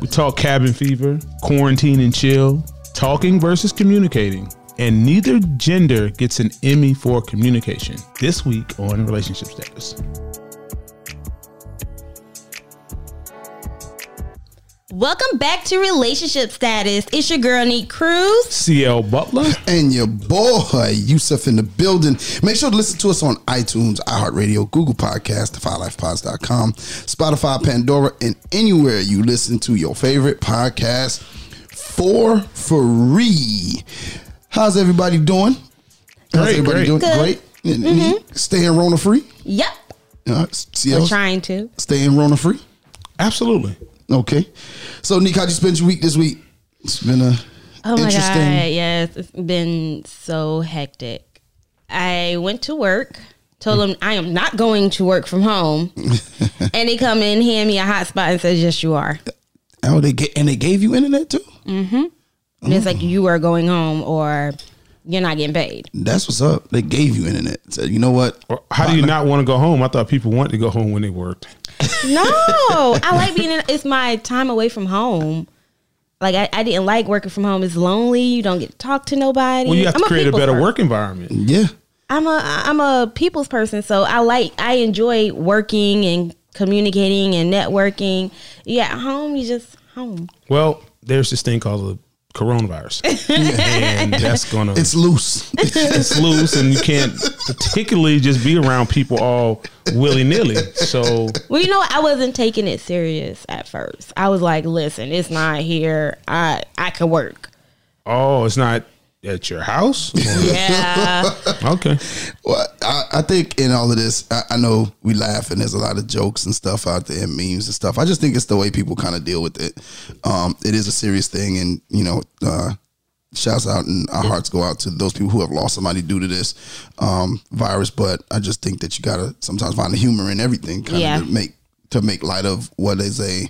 We talk cabin fever, quarantine and chill, talking versus communicating, and neither gender gets an Emmy for communication this week on Relationship Status. Welcome back to Relationship Status. It's your girl, Neat Cruz. CL Butler, and your boy Yusuf in the building. Make sure to listen to us on iTunes, iHeartRadio, Google Podcast, FiveLifePods.com, Spotify, Pandora, and anywhere you listen to your favorite podcast for free. How's everybody doing? How's Great, everybody great. doing? Good. Great. And- and Staying Rona free? Yep. Uh, We're CL, trying to. staying Rona free? absolutely. Okay. So, Nick, how'd you spend your week this week? It's been a Oh my God. interesting. Yes. It's been so hectic. I went to work, told him I am not going to work from home. and he come in, hand me a hotspot and says, Yes, you are. Oh, they get, and they gave you internet too? And it's like, You are going home or you're not getting paid. That's what's up. They gave you internet. So you know what? Or How do you not want to go home? I thought people wanted to go home when they worked. No, I like being in, it's my time away from home. Like I, I didn't like working from home. It's lonely. You don't get to talk to nobody. Well, you have to I'm create a people's better person. work environment. Yeah. I'm a I'm a people's person, so I like I enjoy working and communicating and networking. Yeah, at home you just home. Well, there's this thing called the coronavirus, and that's gonna It's loose. it's loose and you can't particularly just be around people all willy nilly. So Well, you know, I wasn't taking it serious at first. I was like, listen, it's not here. I I can work. oh, it's not at your house. Yeah. Okay, well, I, I think in all of this, I, I know we laugh and there's a lot of jokes and stuff out there and memes and stuff. I just think it's the way people kind of deal with it. Um, it is a serious thing, and you know, uh, shouts out and our hearts go out to those people who have lost somebody due to this um, virus. But I just think that you gotta sometimes find the humor in everything, kind of Yeah. to make to make light of what is a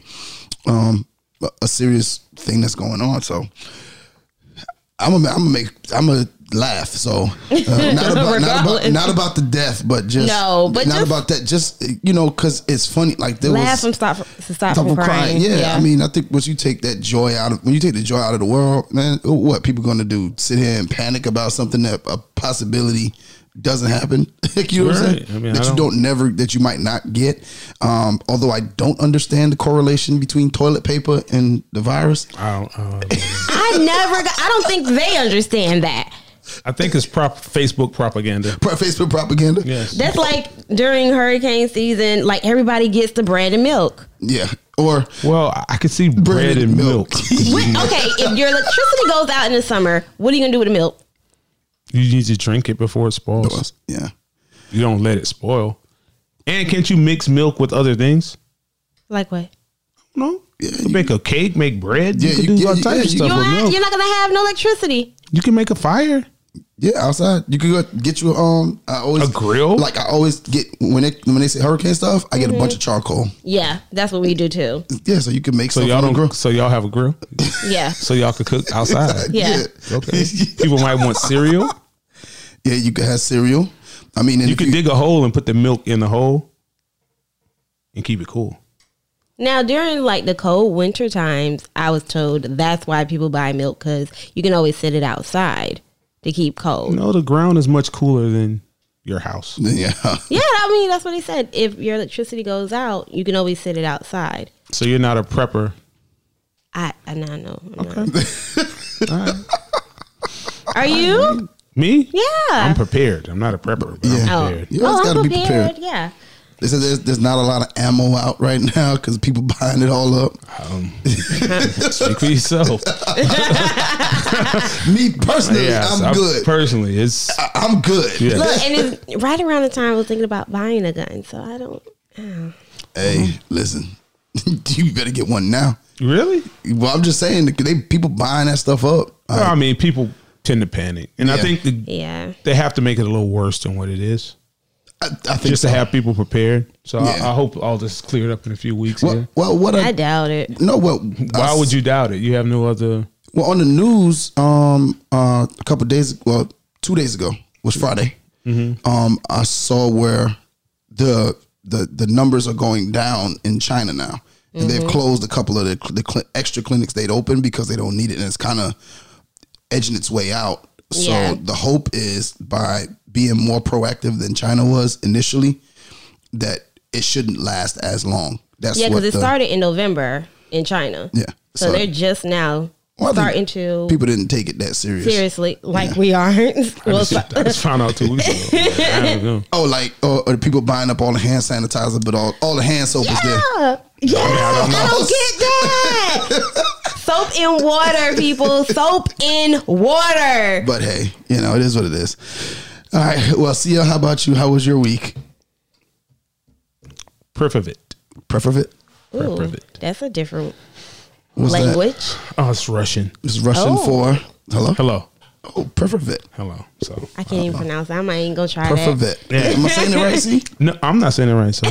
um, a- a serious thing that's going on. So. I'm gonna, I'm gonna make, I'm gonna laugh. So uh, not, about, not about, Regardless. not about the death, but just No, but not just- about that. Just you know, because it's funny. Like there Laugh was from stop from, stop Stop from from crying. Yeah, I mean, I think once you take that joy out of when you take the joy out of the world, man, oh, what people going to do? Sit here and panic about something that a possibility doesn't happen. you know what I'm Right. saying? I mean, that I you don't- don't never that you might not get. Um, although I don't understand the correlation between toilet paper and the virus. I, um, don't, I don't know. I never. Got, I don't think they understand that. I think it's prop Facebook propaganda. Pro- Facebook propaganda. Yes, That's like during hurricane season. Like everybody gets the bread and milk. Yeah. Or well, I- I could see bread, and milk. What, Mm-hmm. okay, if your electricity goes out in the summer, what are you gonna do with the milk? you need to drink it before it spoils. yeah. You don't let it spoil. And can't you mix milk with other things? Like what? No. Yeah, you make a cake, make bread. Yeah, you you- can do yeah, all you- types of yeah, stuff you- You with don't have, milk. you're not gonna have no electricity. You can make a fire. Yeah, outside you could go get you um. I always A grill? Like I always get when they when they say hurricane stuff, I get a bunch of charcoal. Yeah, that's what we do too. Yeah, so you can make So something y'all on don't. the grill. So y'all have a grill. Yeah, So y'all could cook outside. yeah. Okay. People might want cereal. Yeah, you can have cereal. I mean, and You if you could dig a hole and put the milk in the hole and keep it cool. Now during like the cold winter times, I was told that's why people buy milk because you can always sit it outside to keep cold. No, the ground is much cooler than your house. yeah, Yeah, I mean that's what he said. If your electricity goes out, you can always sit it outside. So you're not a prepper. I I know. I know. I'm not. All right. Are you? Me? Yeah. I'm prepared. I'm not a prepper, but Yeah. I'm oh, prepared. You oh always I'm gotta be prepared. prepared. Yeah. they said there's, there's not a lot of ammo out right now because people buying it all up. Speak for yourself. Me personally, Yes, I'm, good. Personally, it's I- I'm good. Yeah. Look, and it's right around the time I was thinking about buying a gun, so I don't. Hey, listen, you better get one now. really. Well, I'm just saying, they people buying that stuff up. Well, I mean, people tend to panic, and I Yeah. think the, Yeah. they have to make it a little worse than what it is, I, I think just to have people prepared. So I, Yeah. I hope all this is cleared up in a few weeks. Well, here. well, what I I, doubt it. no, well, Why would you doubt it? You have no other. Well, on the news, um, uh, a couple days, well, two days ago was Friday. Um, I saw where the the the numbers are going down in China now. and Mm-hmm. they've closed a couple of the, the cl- extra clinics they'd opened because they don't need it, and it's kind of edging its way out. So Yeah. the hope is by being more proactive than China was initially, that it shouldn't last as long. That's Yeah, what because it the- started in November in China. Yeah, So, they're just now Well, I think starting to people didn't take it that serious. seriously, like we aren't. I Well, just, I just found out two weeks ago. Like, I don't know. Oh, like or, or the people buying up all the hand sanitizer, but all, all the hand soap is there. yeah, yeah, "Ah, I don't get that. soap in water, people. Soap in water. But hey, you know it is what it is. All right. Well, Sia, how about you? How was your week? Proof of it. Pref of it Ooh, Perfect. that's a different What's that? language. Oh, it's Russian. It's Russian Oh. for hello. Hello. Oh, pref of it. Hello. So I can't even Uh-huh. pronounce. It. I might even go try Pref of that. it. Am I saying it right? See, no, I'm not saying it right. So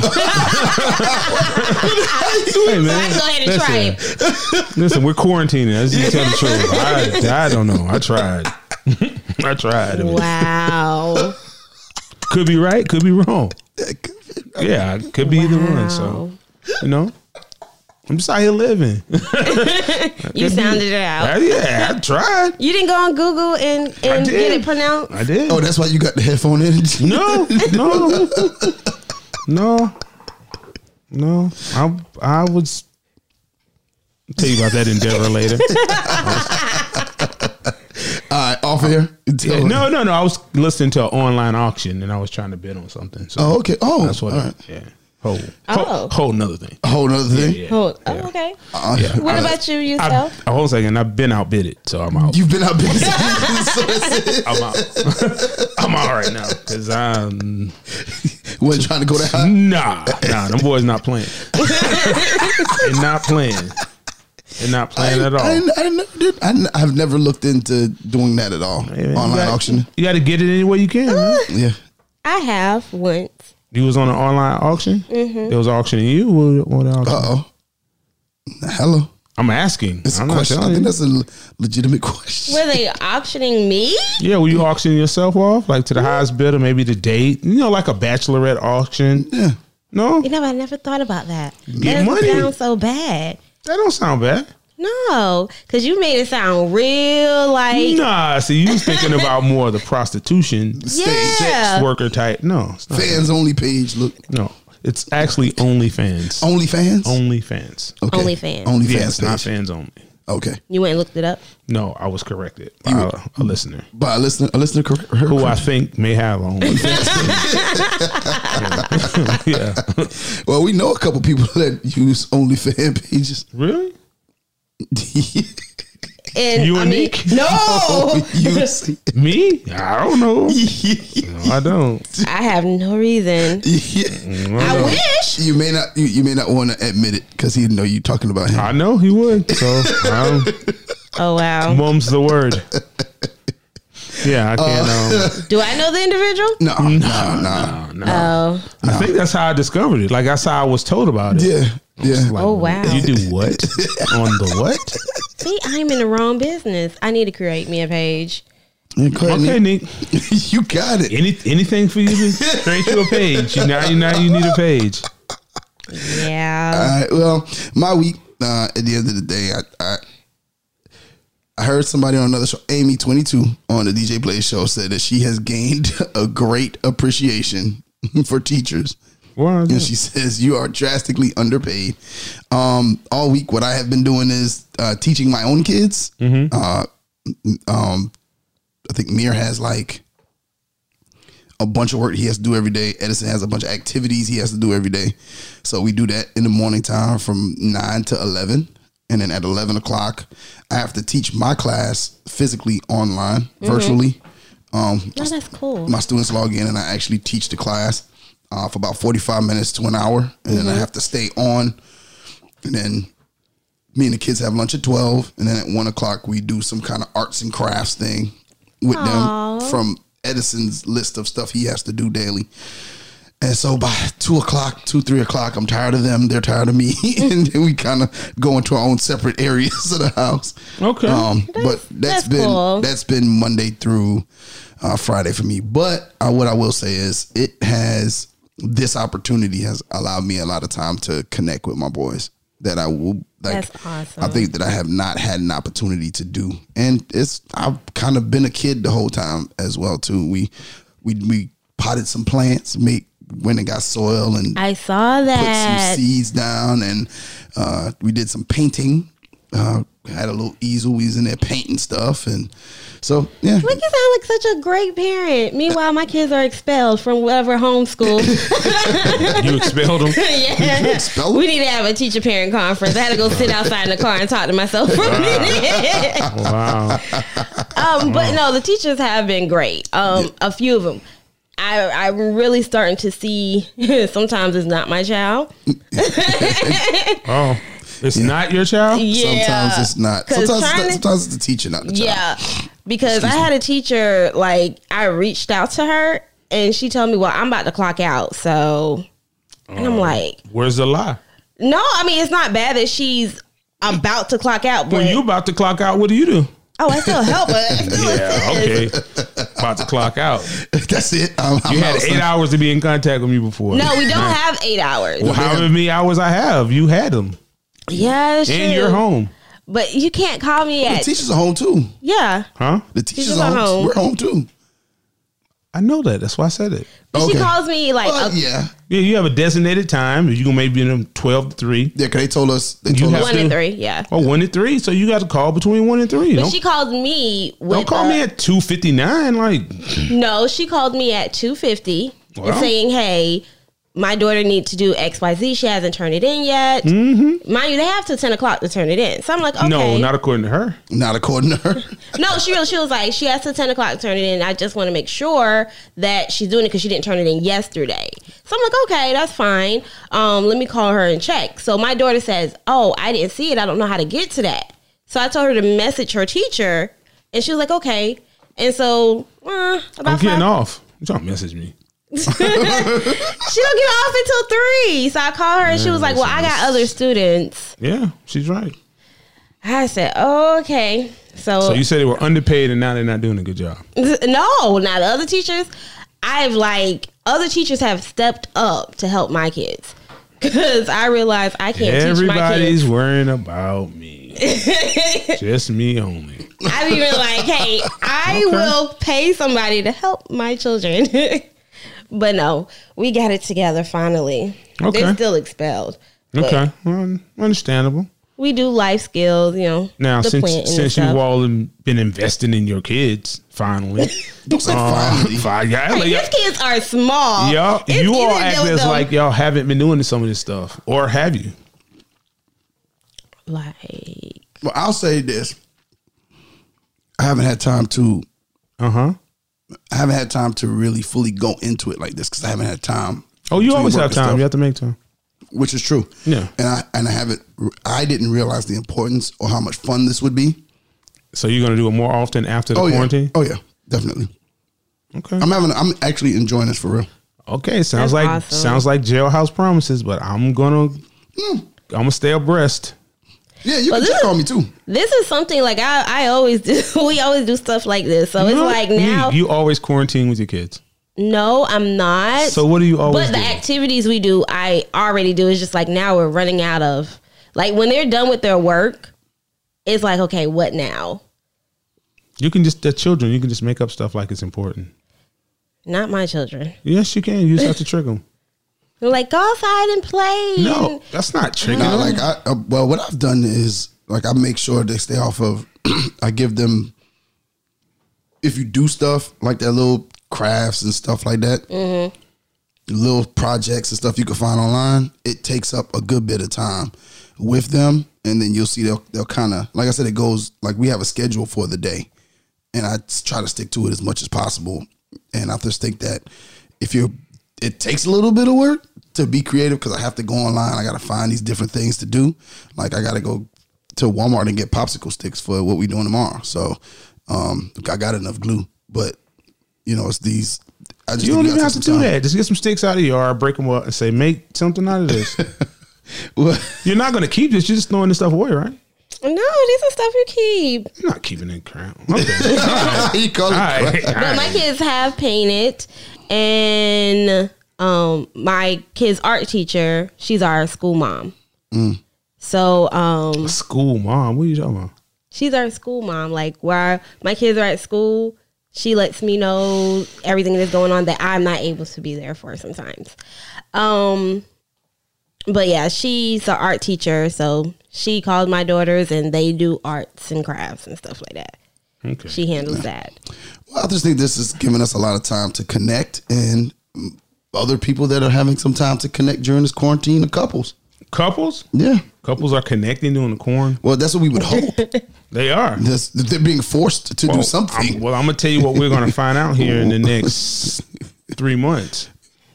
Hey, So I man, can go ahead and try it. listen, listen, we're quarantining. Let's just tell the truth. I, I don't know. I tried. I tried. Wow. Could be right. Could be wrong. Yeah, I could be either one. So Wow. Oh. you know, I'm just out here living. you sounded it out. yeah, I tried. You didn't go on Google and, and get did. it pronounced? I did. Oh, that's why you got the headphone in. No, no, no, no. I I was tell you about that endeavor later. All right, off air. Oh, Tell her. no, no, no. I was listening to an online auction and I was trying to bid on something. So Oh, okay. Oh, that's what. All I- right. Yeah. Whole, Oh. whole, whole another thing. A whole nother thing. Yeah. Oh, oh, okay. Uh, What uh, about you I, yourself? a whole second. I've been outbidded, so I'm out. You've been out busy. So that's it. I'm out. I'm out right now because I'm Wasn't trying to go that high. nah, nah. Them boys not playing. They're not playing. They're not playing at all. I, I, I, never did. I, n- I've never looked into doing that at all. Hey, man, you Online gotta- auction. Uh. You got to get it any way you can. man. Yeah. I have once. You was on an online auction. There was auctioning you. What, what auction? Mm-hmm. Uh oh. Hello. I'm asking. It's a I'm question. I telling you. think that's a le- legitimate question. Were they auctioning me? Yeah, were you auctioning yourself off like to the highest bidder, maybe the date? You know, like a bachelorette auction. Yeah. No, You know, I never thought about that. Get that money. sounds so bad. that don't sound bad. No, because you made it sound real like Nah, see, you was thinking about more of the prostitution, sex yeah. worker type. No, it's not. Fans only page. Look. No, it's actually OnlyFans. Only fans. OnlyFans. Okay. OnlyFans. Only Yes, fans not page. fans only. Okay. You went and looked it up. No, I was corrected by a, a listener By a listener, a listener correct. her- who I think may have on. yeah. Well, we know a couple people that use OnlyFans pages. Really? And You I unique? Mean, no, you see, Me? I don't know. No, I don't. I have no reason. I wish. you may not you, you may not want to admit it because he didn't know you talking about him. I know he would. So um, Oh wow. mum's the word. Yeah, I can't. Uh, um, Do I know the individual? No, no, no, no, no. Oh, I think that's how I discovered it. Like that's how I was told about it. Yeah, yeah. Like, Oh, wow. You do what on the what? see, I'm in the wrong business. I need to create me a page. Yeah, go ahead, Okay, Nick. Nick. you got it. Any anything for you to create you a page. You now you now you need a page. Yeah. All right. Well, my week. Uh, at the end of the day, I, I I heard somebody on another show, Amy Twenty Two, on the DJ Play show, said that she has gained a great appreciation for teachers. Why? And she says, You are drastically underpaid. Um, all week, what I have been doing is uh, teaching my own kids. Uh, um, I think Mir has like a bunch of work he has to do every day. Edison has a bunch of activities he has to do every day. So we do that in the morning time from 9 to 11. And then at 11 o'clock, I have to teach my class physically online, virtually. Um, No, that's cool. my students log in and I actually teach the class uh, for about 45 minutes to an hour. And then I Mm-hmm. have to stay on. And then me and the kids have lunch at 12. And then at 1 o'clock, we do some kind of arts and crafts thing with them Aw. from Edison's list of stuff he has to do daily. And so by two o'clock, two, three o'clock, I'm tired of them. They're tired of me. and then we kind of go into our own separate areas of the house. Okay. Um, but that's that's been cool. that's been Monday through uh, Friday for me. But uh, what I will say is, it has this opportunity has allowed me a lot of time to connect with my boys that I will like. That's awesome. I think that I have not had an opportunity to do, and it's I've kind of been a kid the whole time as well too. We we we potted some plants, make went and got soil and I saw put some that. seeds down and uh, we did some painting. Uh, had a little easel. We was in there painting stuff, and so yeah, Look, you sound like such a great parent. Meanwhile, my kids are expelled from whatever homeschool. You expelled them. yeah. Spell We need to have a teacher parent conference. I had to go sit outside in the car and talk to myself for Ah. a minute. Wow. um, but no, the teachers have been great. Um, A few of them. I, I'm really starting to see sometimes it's not my child. Oh, it's not your child. Yeah. Sometimes it's not. 'Cause Sometimes trying it's, not, to- sometimes it's the teacher, not the child. Yeah. Because I had a teacher, like, I reached out to her and she told me, Well, I'm about to clock out. So, and Oh. I'm like, Where's the lie? No, I mean, it's not bad that she's about to clock out, but When you about to clock out, what do you do? oh, I still help her. I still Yeah, assist. okay. About to clock out. That's it. I'm, I'm You had out, son. eight hours to be in contact with me before. No, we don't have eight hours. Well, however many hours I have, you had them Yeah, that's in true. your home, But you can't call me The at. teachers are home too. yeah. huh? The teachers, Teachers are are home. home. We're home too. I know that. That's why I said it. But She Okay. calls me like But a- yeah, Yeah, you have a designated time. You can maybe in them twelve to three yeah. Cause they told us. They You told have- us. one and three. Yeah. or one to three. So you got to call between one and three. But Don't, she called me. With don't call a- me at two fifty nine. Like No, she called me at 250 and Wow. saying, hey, my daughter needs to do XYZ. She hasn't turned it in yet. Mm-hmm. Mind you, they have till 10 o'clock to turn it in. So I'm like, okay. Uh-huh. no, not according to her. Not according to her. No, she really, she was like, she has till 10 o'clock to turn it in. I just want to make sure that she's doing it because she didn't turn it in yesterday. So I'm like, okay, that's fine. Um, let me call her and check. So my daughter says, oh, I didn't see it. I don't know how to get to that. So I told her to message her teacher and she was like, okay. And so, uh, about I'm getting five, off. You don't message me. she don't get off until three. So I called her and she was like, "Well, I got other students." Yeah, she's right. I said, oh, "Okay." So, So you said they were underpaid and now they're not doing a good job. no, not the other teachers. I've like other teachers have stepped up to help my kids because I realize I can't teach Everybody's worrying about me. Just me only. my kids. I've even like, "Hey, I will pay somebody to help my children." but no, we got it together finally. Okay. They're still expelled. But Okay, well, understandable. We do life skills, you know. Now, the since planting and since you've stuff. all in- been investing in your kids, finally, Don't say uh, finally. fi- yeah, like, These kids are small. y'all, It's you all easy to act deal with as them. like y'all haven't been doing some of this stuff, or have you? like Well, I'll say this. I haven't had time to. Uh huh. I haven't had time to really fully go into it like this because I haven't had time. Oh, you between always work have and time. stuff. You have to make time. which is true. Yeah. and I and I haven't. I didn't realize the importance or how much fun this would be. So you're gonna do it more often after the oh quarantine. yeah, oh yeah, definitely. Okay. I'm having. I'm actually enjoying this for real. Okay. Sounds That's like awesome. sounds like jailhouse promises, but I'm gonna I'm gonna stay abreast. Yeah, you Well, can this check is- on me too. this is something like I, I always do. We always do stuff like this. So it's Not like me. now, you always quarantine with your kids. no, I'm not. So what do you always but the do? activities we do, I already do. It's just like now we're running out of. Like when they're done with their work, it's like okay, what now? you can just the children. You can just make up stuff like it's important. Not my children. Yes, you can. You just have to trick them. They're like go outside and play. No, that's not tricking Nah, them. like I uh, well, what I've done is like I make sure they stay off of. I give them. If you do stuff like their little crafts and stuff like that, little projects and stuff you can find online, it takes up a good bit of time with them, and then you'll see they'll they'll kind of like I said, it goes like we have a schedule for the day, and I s- try to stick to it as much as possible, and I just think that if you're it takes a little bit of work to be creative because I have to go online. I got to find these different things to do. Like I got to go to Walmart and get popsicle sticks for what we're doing tomorrow. So um, I got enough glue, but you know it's these. I just you don't think even you gotta have to take do some time. that. Just get some sticks out of your yard, break them up, and say, make something out of this. Well, You're not going to keep this. You're just throwing this stuff away, right? no, these are stuff you keep. You're not keeping it crap. Okay. All he called it right. crap. All But my right. kids have painted, Mm. and um, my kids' art teacher, she's our school mom. So um, School mom, what are you talking about? she's our school mom. Like where my kids are at school, she lets me know everything that's going on that I'm not able to be there for sometimes. Um, but yeah, she's an art teacher, so she called my daughters and they do arts and crafts and stuff like that. Okay. She handles that. Well, I just think this is giving us a lot of time to connect and mm, other people that are having some time to connect during this quarantine are couples. Couples? Yeah. Couples are connecting during the corn. Well, that's what we would hope. They are. That's- they're being forced to do Well, something. I'm, well, I'm gonna tell you what we're gonna find out here in the next three months.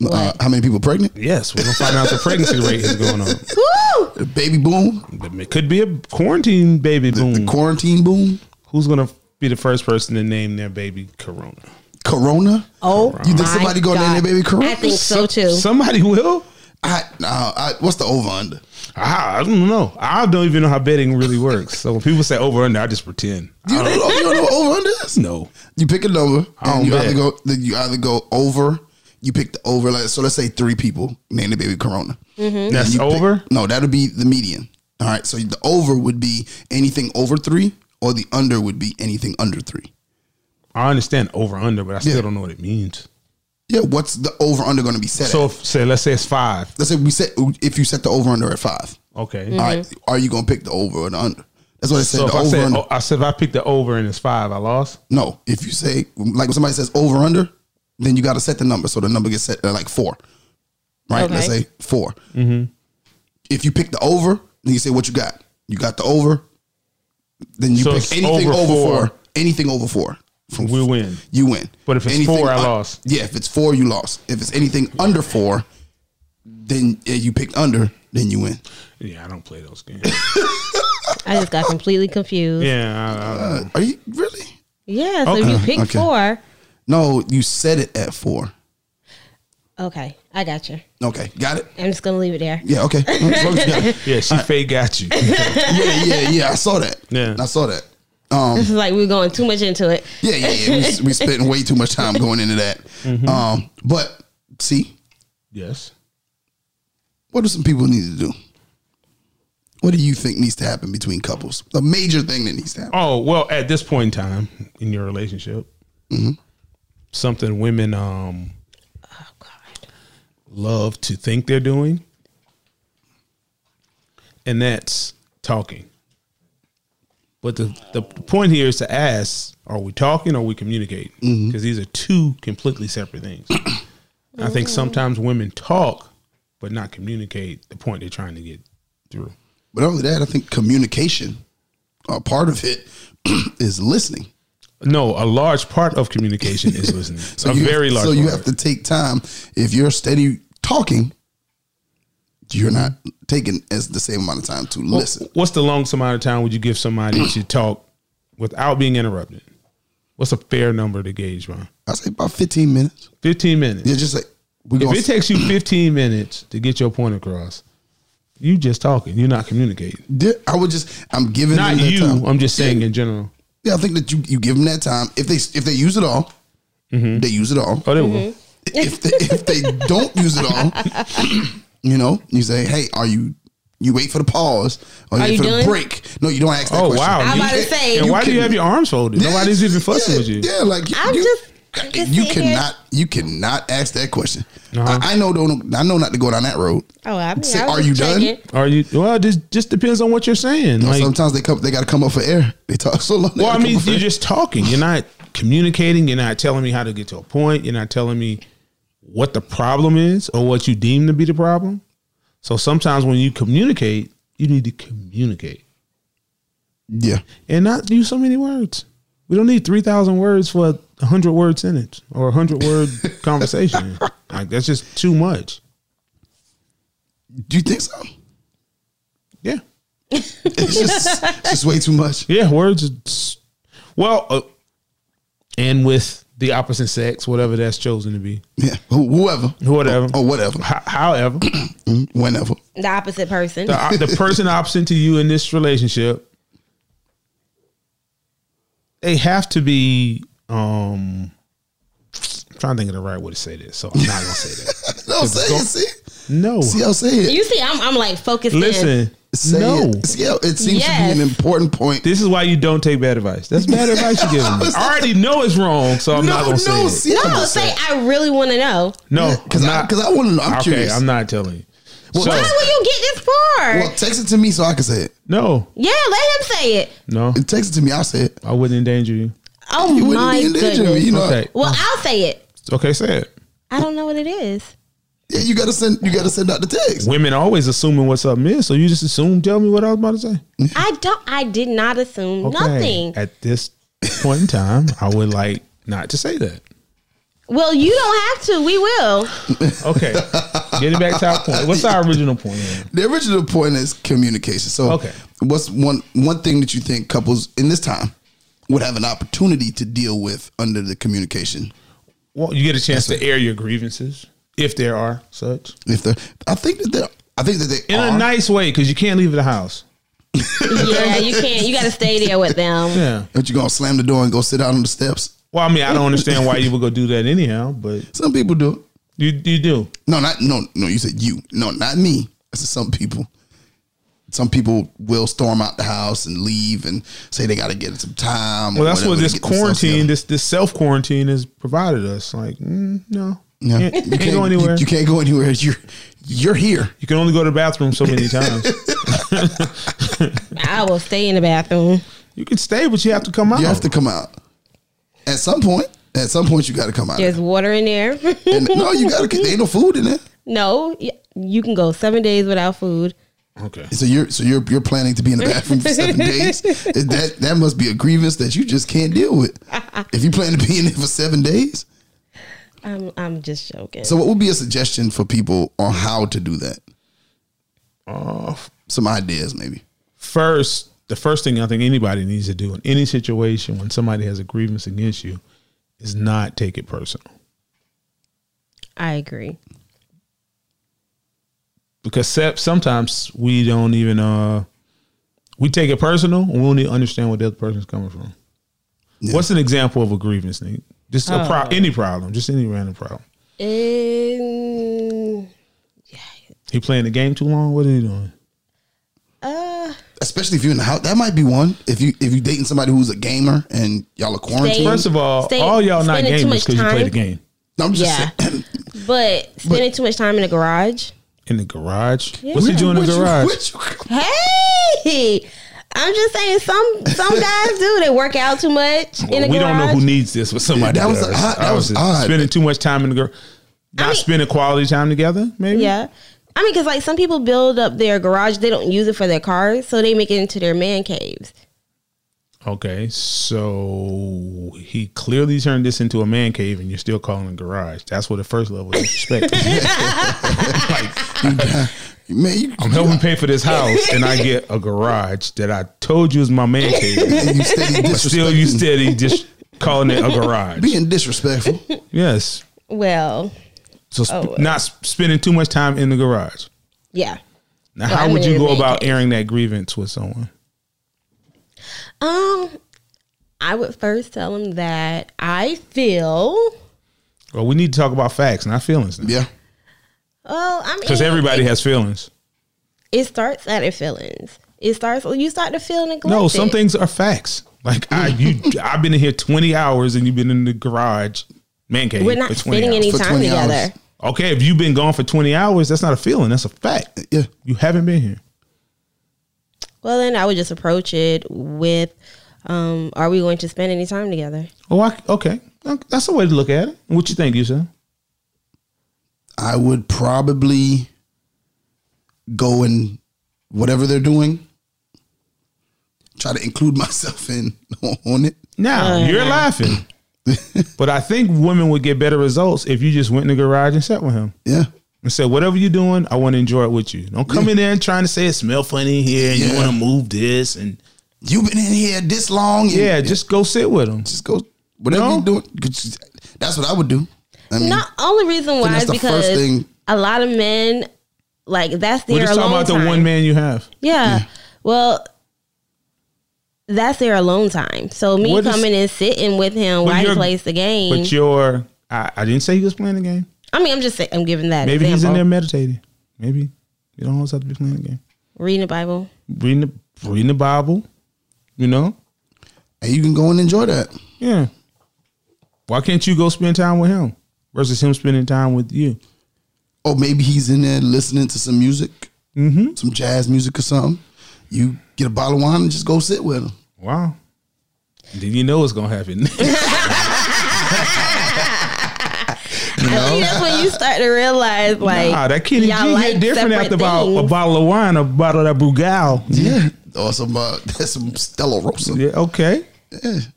Uh, how many people pregnant? Yes, we're gonna find out the pregnancy rate is going on. Woo! The baby boom, It could be a quarantine baby boom. the quarantine boom, Who's gonna be the first person to name their baby Corona? Corona. Oh, You think my somebody gonna name God. their baby Corona? I think so Some- too. Somebody will. I, no, I what's the over under? I, I don't know. I don't even know how betting really works. So when people say over under, I just pretend. You don't, know, you don't know what over under is? No. You pick a number, I and you don't either bet. go then you either go over. You pick the over. Like so, let's say three people name the baby Corona. That's You pick- over. no, that'll be the median. All right. So the over would be anything over three, or the under would be anything under three. I understand over under, but I still Yeah. don't know what it means. Yeah. What's the over under going to be set? So at? if, say let's say it's five. let's say we set if you set the over under at five. Okay. all right, are you going to pick the over or the under? That's what I said. So if the I Mm. over said under. oh, I said if I picked the over and it's five, I lost. No, if you say like when somebody says over under, then you got to set the number. So the number gets set at like four, right? Let's Okay. say 4 Mm-hmm. If you pick the over, then you say what you got. You got the over. Then you So pick it's anything over over, four. four. Anything over four. From We win. You win. But if it's four, I lost. Yeah, if it's four, you lost. If it's anything under four, then yeah, you picked under, then you win. Yeah, I don't play those games. I just got completely confused. Yeah, yeah, I, I, don't know. Uh, are you really? so Okay. you pick Okay. four. No, you set it at four. Okay, I got you. Okay, got it. I'm just gonna leave it there. Yeah, okay. As long as you got it. yeah. She fake got you. yeah, yeah, yeah. I saw that. Yeah. I saw that. Um, It's like we're going too much into it. yeah, yeah, yeah. We, we spent way too much time going into that. Um, but see, yes. what do some people need to do? What do you think needs to happen between couples? A major thing that needs to happen. Oh well, at this point in time in your relationship, something women um Oh God. love to think they're doing, and that's talking. But the, the point here is to ask: Are we talking or are we communicating? Because these are two completely separate things. I think sometimes women talk, but not communicate the point they're trying to get through. But not only that, I think communication, a part of it, is listening. No, a large part of communication is listening. a you- very large. So you part. have to take time. If you're steady talking, you're not taking as the same amount of time to listen. What's the longest amount of time would you give somebody to talk without being interrupted? What's a fair number to gauge, Ron? I say about 15 minutes. Fifteen minutes. Yeah, just like we're If going. it takes you 15 minutes to get your point across, you just talking. You're not communicating. Yeah, I would just I'm giving Not them that you. time. I'm just saying in general. Yeah, I think that you you give them that time. If they if they use it all, they use it all. Oh, they will. Mm-hmm. If they, if they don't use it all, you know, you say, hey, are you? You wait for the pause or you Are wait you for done? the break. No, you don't ask that Oh, question. wow. I'm You about to can't- say. And you why do you can- have your arms folded? Yeah, Nobody's even fussing yeah, with you. Yeah, like you, I'm you- just- I'm just you sitting here. cannot you cannot ask that question. Uh-huh. I, I know don't I know not to go down that road. Oh, I mean, Say, I was are you just done? checking. Are you? Well, this just depends on what you're saying. Like, Sometimes they come they got to come up for air. They talk so long. they well, I gotta come mean, up for you're air. just talking. You're not communicating. You're not telling me how to get to a point. You're not telling me what the problem is or what you deem to be the problem. So sometimes when you communicate, you need to communicate. yeah. and not use so many words. We don't need three thousand words for a hundred word sentence or a hundred word conversation. Like that's just too much. Do you think so? Yeah, It's just it's just way too much. yeah. Words. It's, well, uh, and with the opposite sex, whatever that's chosen to be, Yeah, who- whoever, whatever, or whatever, Ho- however, the, whenever. The opposite person. the person opposite to you in this relationship, they have to be. um I'm trying to think of the right way to say this, so I'm not gonna say that. No, say it. See, No, see, I'll say it. you see, I'm, I'm like focused. in. Listen, say No. it. Yeah, it seems Yes. to be an important point. This is why you don't take bad advice. That's bad advice you're giving me. I already know it's wrong, so I'm not no, gonna say no, it. see, I'm No, gonna say I really want to know. no, because I'm I not. because I want to know. I'm okay, curious. I'm not telling you. Well, so, Why will you get this far? Well, text it to me so I can say it. no, yeah, let him say it. no, Text it to me. I'll say it. I wouldn't endanger you. Oh You wouldn't my be in danger. goodness. You know. Okay, Well, I'll say it. okay, say it. I don't know what it is. Yeah, you gotta send. You gotta send out the text. Women always assuming what's up, miss. So you just assume. Tell me what I was about to say. I don't. I did not assume Okay. nothing. At this point in time, I would like not to say that. Well, you don't have to. We will. Okay, getting back to our point. What's our original point? here? The original point is communication. So, Okay. what's one one thing that you think couples in this time would have an opportunity to deal with under the communication? Well, you get a chance to air your grievances if there are such If they, I think that they, I think that they in are. a nice way because you can't leave the house. Yeah, you can't. You got to stay there with them. Yeah. But you gonna slam the door and go sit out on the steps? Well, I mean, I don't understand why you would go do that anyhow, but Some people do. you you do. No, not no no. You said you. No, not me. I said some people. Some people will storm out the house and leave and say they got to get some time. Well, that's what this quarantine, this this self quarantine, has provided us. Like, mm, no, Yeah. Can't, can't go anywhere. You, You, you can't go anywhere. You're you're here. can only go to the bathroom so many times. I will stay in the bathroom. you can stay, but you have to come out. You have to come out at some point. At some point, you got to come out. There's water in there. And no, you got to. There ain't no food in it. no, y- you can go seven days without food. Okay. So you're so you're you're planning to be in the bathroom for seven days. That that must be a grievance that you just can't deal with. If you plan to be in there for seven days, I'm, I'm just joking. so what would be a suggestion for people on how to do that? Uh, Some ideas, maybe. first, the first thing I think anybody needs to do in any situation when somebody has a grievance against you is not take it personal. I agree. because sep- sometimes we don't even uh we take it personal and we don't even understand where the other person's coming from. Yeah. What's an example of a grievance, Nate? Just a Uh. pro- any problem, just any random problem. And, He playing the game too long. What are you doing? uh, Especially if you're in the house, that might be one. If you if you dating somebody who's a gamer and y'all are quarantined, First of all, Stay- all y'all not spending too gamers much because you play time. the game I'm just yeah. saying. but spending too much time in the garage. in the garage. What's he Yeah. doing in Would the you- garage? would you- Hey, I'm just saying some some guys do. They work out too much in the Well, we don't know garage. who needs this, but somebody That was does. odd- that I was just odd. spending too much time in the garage. Not mean- spending quality time together, maybe. yeah. I mean, because like some people build up their garage, they don't use it for their cars, so they make it into their man caves. Okay, so he clearly turned this into a man cave, and you're still calling it garage. That's what the first level is respect. man, you, I'm helping pay for this house, and I get a garage that I told you is my man cave. you steady Still, disrespecting, you steady just calling it a garage. being disrespectful. Yes, Well, so sp- Oh, well. not sp- spending too much time in the garage. yeah. Now, Well, how I would you mean, the go man about cave. airing that grievance with someone? Um, I would first tell them that I feel. Well, we need to talk about facts, not feelings, Yeah, Well, I mean, because everybody has feelings. it starts at their feelings. It starts you start to feel neglected. No, some things are facts. Like I, you, I've been in here twenty hours, and you've been in the garage, man cave. we're not for 20 spending hours. any For time 20 hours. together. Okay, if you've been gone for twenty hours, that's not a feeling. That's a fact. yeah. You haven't been here. Well, then I would just approach it with, um, "Are we going to spend any time together?" Oh, I, okay, that's a way to look at it. What you think, you said? I would probably go and whatever they're doing, try to include myself in on it. Now Uh, you're laughing, but I think women would get better results if you just went in the garage and sat with him Yeah. and said, "Whatever you're doing, I want to enjoy it with you. Don't come in there and trying to say it smell funny here and you Yeah. want to move this and You've been in here this long. and- yeah, just go sit with him. just go whatever No. you're doing. just- That's what I would do. I Mm. mean, Not only reason why that's is the first because thing. a lot of men, like that's We're their just alone talking about time. the one man you have. Yeah. Well, that's their alone time. So me What is- coming and sitting with him while he you're- plays the game. But your, I, I didn't say he was playing the game. I mean, I'm just saying, I'm giving that. Maybe he's in example. there meditating. Maybe you don't always have to be playing the game. Reading the Bible. reading the reading the Bible, you know? and you can go and enjoy that. Yeah. Why can't you go spend time with him versus him spending time with you? Or maybe he's in there listening to some music, Mm-hmm. some jazz music or something. You get a bottle of wine and just go sit with him. Wow. Then you know what's gonna happen. I think that's when you start to realize, like, nah, that Kenny G y'all hit different separate after about a things. bottle of wine, a bottle of that Brugal. Yeah. Or some uh, that's some Stella Rosa. Yeah, okay. You know what I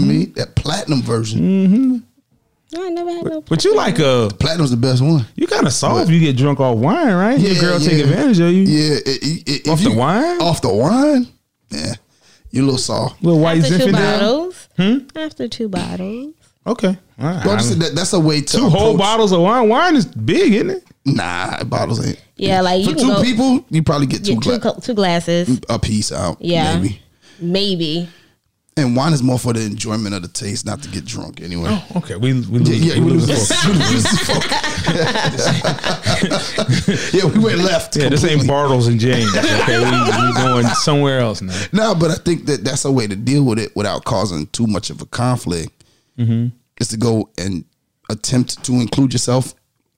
Mm-hmm. mean? That platinum version. No, I never had no. But you like a Platinum's the best one. you kind of soft. if You get drunk off wine, right? Your girl take advantage of you. Yeah, it- it- it- Off if the you- wine? Off the wine. Yeah, you little soft. Little white After two Zinfandel. bottles. After two bottles. Okay. All right. Well, I'm just saying that, that's a way to Two whole approach- bottles of wine. Wine is big, isn't it? Nah, bottles ain't. Yeah, like For you can two go people, you probably get two, get two, gla- co- two glasses. a piece out. Yeah. maybe. Maybe. And wine is more for the enjoyment of the taste, not to get drunk anyway. Oh. Okay, we we lose, Oh, Yeah, yeah, we we lose lose focus. we lose focus. yeah, we went left. Yeah, this ain't completely. Bartles and James. Okay, we, we going somewhere else now. No, but I think that that's a way to deal with it without causing too much of a conflict. Is to go and attempt to include yourself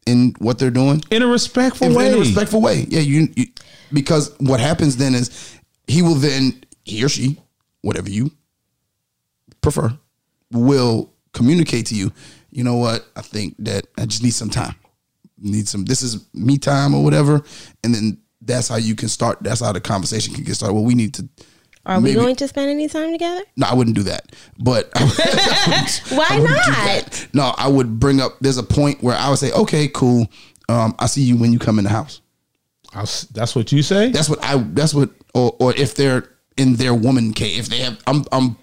in what they're doing In a respectful in, way. in a respectful way. Yeah, you, you because what happens then is he will then he or she, whatever you prefer, will communicate to you. You know what? I think that I just need some time. Need some. This is me time or whatever, and then that's how you can start. That's how the conversation can get started. Well, we need to. Are maybe- we going to spend any time together? no, I wouldn't do that. But Why wouldn't do not? that. No, I would bring up. There's a point where I would say, "Okay, cool. Um, I see you when you come in the house." I'll s- that's what you say. That's what I. That's what. Or, or if they're in their woman cave, if they have, I'm, I'm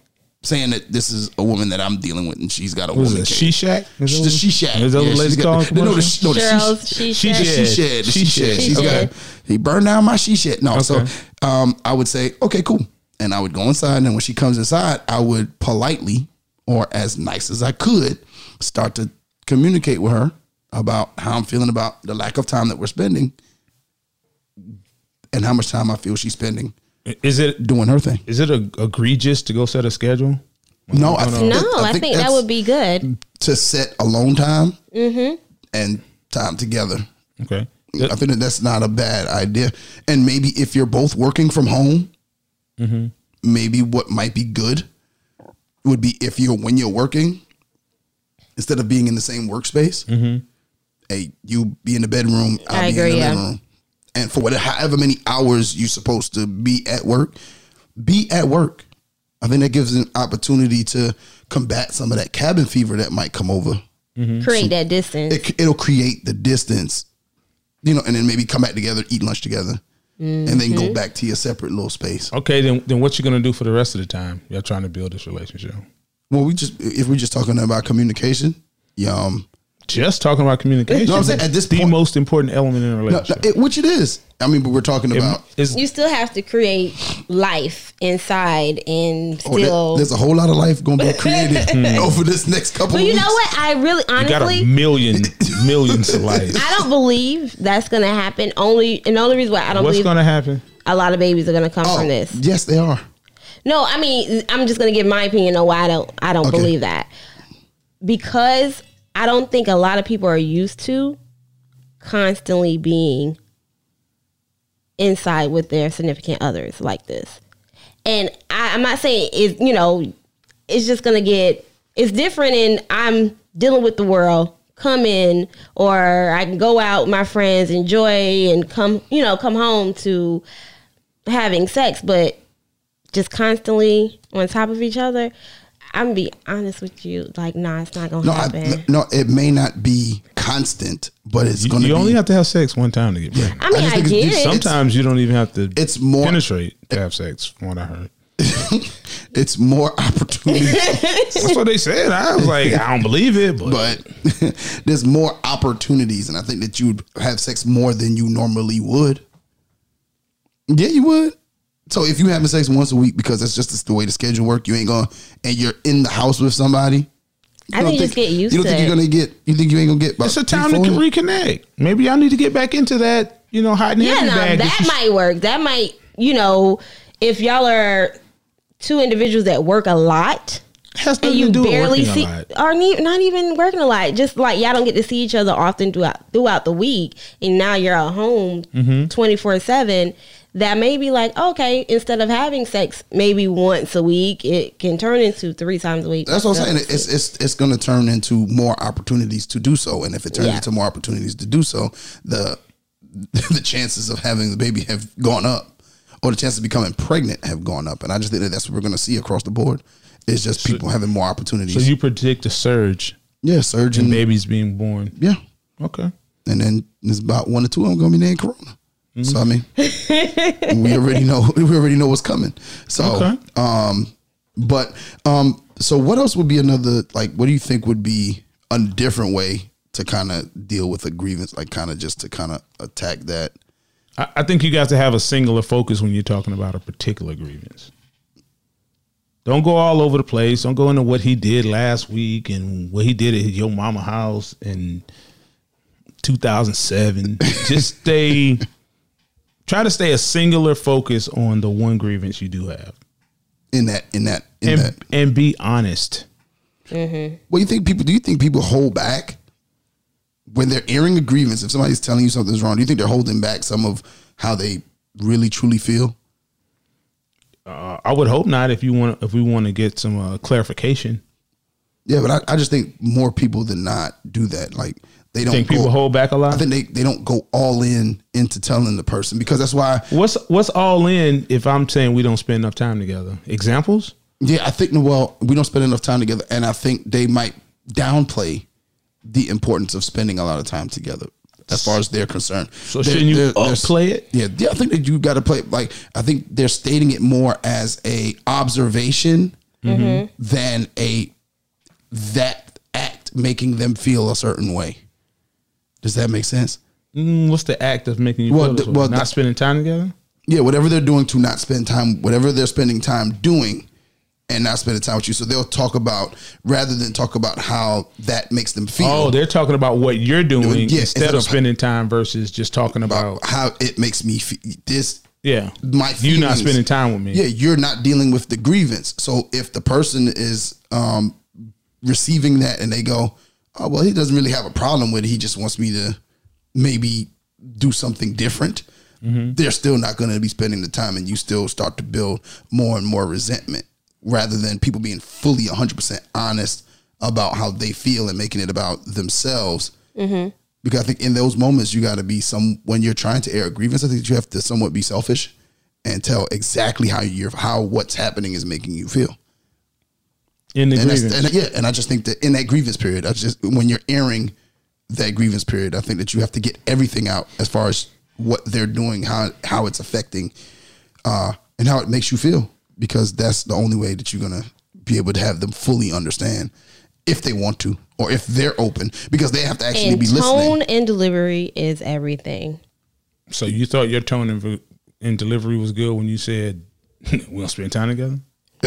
saying that this is a woman that I'm dealing with, and she's got a What is woman it? cave. She shack. She's the she shack. Is that Yeah, what she's ladies got call the- No, no, commercials? the, she- no, the she, Girls, she, she said. said. she shed. She She shed. shed. She's Okay. got. He burned down my she shed. No, so Okay. um, I would say, okay, cool, and I would go inside, and then when she comes inside, I would politely or as nice as I could start to communicate with her about how I'm feeling about the lack of time that we're spending, and how much time I feel she's spending Is it doing her thing. is it a, egregious to go set a schedule? No, I think No, that- I, think, that that's would Mm-hmm. be good. to set alone time and time together. Okay. I think that that's not a bad idea. And maybe if you're both working from home, maybe what might be good would be if you're when you're working, instead of being in the same workspace, hey, you be in the bedroom, I'll I be agree, in the yeah. living room. And for whatever however many hours you're supposed to be at work, be at work. I think that gives an opportunity to combat some of that cabin fever that might come over Create that distance. it, it'll create the distance, you know, and then maybe come back together, eat lunch together, and then go back to your separate little space. Okay, then then what you gonna do for the rest of the time? Y'all trying to build this relationship. Well, we just if we're just talking about communication, yeah, um, Just talking about communication. No, I'm saying at this the point- most important element in a no, no, relationship. it- which it is. I mean, but we're talking about Is- you still have to create life inside and oh, there- still. there's a whole lot of life going to be created over this next couple. but of you know weeks. what? I really, you got a honestly, million millions of lives. I don't believe that's gonna happen. Only and the only reason why I don't What's believe gonna happen? a lot of babies are gonna come Oh, from this. yes, they are. No, I mean, I'm just gonna give my opinion on why I don't I don't Okay. believe that because I don't think a lot of people are used to constantly being inside with their significant others like this. And I, I'm not saying it's you know, it's just gonna get it's different and I'm dealing with the world, come in or I can go out with my friends, enjoy and come you know, come home to having sex, but just constantly on top of each other. I'm gonna be honest with you, like, nah, it's not gonna No, happen. I, no, it may not be constant, but it's You, going to you be. only have to have sex one time to get pregnant. I mean, just I, think it's- get it's it. Sometimes you don't even have to it's more. penetrate to have sex. From what I heard, It's more opportunity that's what they said. I was like, I don't believe it, but, but there's more opportunities, and I think that you would have sex more than you normally would. Yeah, you would. So if you having sex once a week because that's just the way the schedule work, you ain't going and you're in the house with somebody. I think you just get used You don't to think it. uh, you're gonna get. You think you ain't gonna get. about it's a three, time to four? reconnect. Maybe y'all need to get back into that you know, hiding Yeah, every no, bag. that she- might work. That might, you know, if y'all are two individuals that work a lot has and nothing you to do with barely working a see, lot. or ne- not even working a lot, just like y'all don't get to see each other often throughout throughout the week, and now you're at home Mm-hmm. twenty four seven. That may be like okay, instead of having sex maybe once a week, it can turn into three times a week. That's what I'm saying. It's it's it's going to turn into more opportunities to do so, and if it turns Yeah. into more opportunities to do so, the the chances of having the baby have gone up, or the chances of becoming pregnant have gone up, and I just think that that's what we're going to see across the board. It's just people having more opportunities. So you predict a surge yeah, surgeon. in babies being born. Yeah, Okay. and then there's about one or two of them going to be named Corona. So I mean, we already know we already know what's coming. So Mm-hmm. Okay. Um, but um, so what else would be another like? What do you think would be a different way to kind of deal with a grievance? Like kind of just to kind of attack that. I, I think you got to have a singular focus when you're talking about a particular grievance. Don't go all over the place. Don't go into what he did last week and what he did at your mama house in 2007. Just stay. Try to stay a singular focus on the one grievance you do have, In that, in that, in and that. and be honest. What do you think people? Do you think people hold back when they're airing a grievance? If somebody's telling you something's wrong, do you think they're holding back some of how they really truly feel? I would hope not. If you want, if we want to get some uh, clarification, Yeah, but I, I just think more people than not do that. Like they don't think go, people hold back a lot. Oh, I think they, they don't go all in into telling the person because that's why. What's what's all in if I'm saying we don't spend enough time together? Examples? Yeah, I think well we don't spend enough time together, and I think they might downplay the importance of spending a lot of time together as far as they're concerned. So shouldn't you upplay it? Yeah, yeah, I think that you got to play. Like I think they're stating it more as a observation than a that act making them feel a certain way. Does that make sense? Mm, what's the act of making you Well, feel this the- way? well, not the- spending time together? yeah, whatever they're doing to not spend time, whatever they're spending time doing and not spending time with you. So they'll talk about rather than talk about how that makes them feel. Oh, they're talking about what you're doing instead yeah, instead of of- spending time versus just talking about about how it makes me feel. This, yeah, my you not feelings. spending time with me. yeah, you're not dealing with the grievance. So if the person is um, receiving that and they go, oh, well, he doesn't really have a problem with it. He just wants me to maybe do something different. Mm-hmm. They're still not going to be spending the time, and you still start to build more and more resentment rather than people being fully 100% honest about how they feel and making it about themselves. Because I think in those moments, you got to be some, when you're trying to air a grievance, I think you have to somewhat be selfish and tell exactly how you're, how what's happening is making you feel In the and, that's, grievance. and yeah, and I just think that in that grievance period, I just when you're airing that grievance period, I think that you have to get everything out as far as what they're doing, how how it's affecting, uh, and how it makes you feel, because that's the only way that you're gonna be able to have them fully understand if they want to or if they're open, because they have to actually and be tone listening. and delivery is everything. so you thought your tone and, and delivery was good when you said we don't spend time together?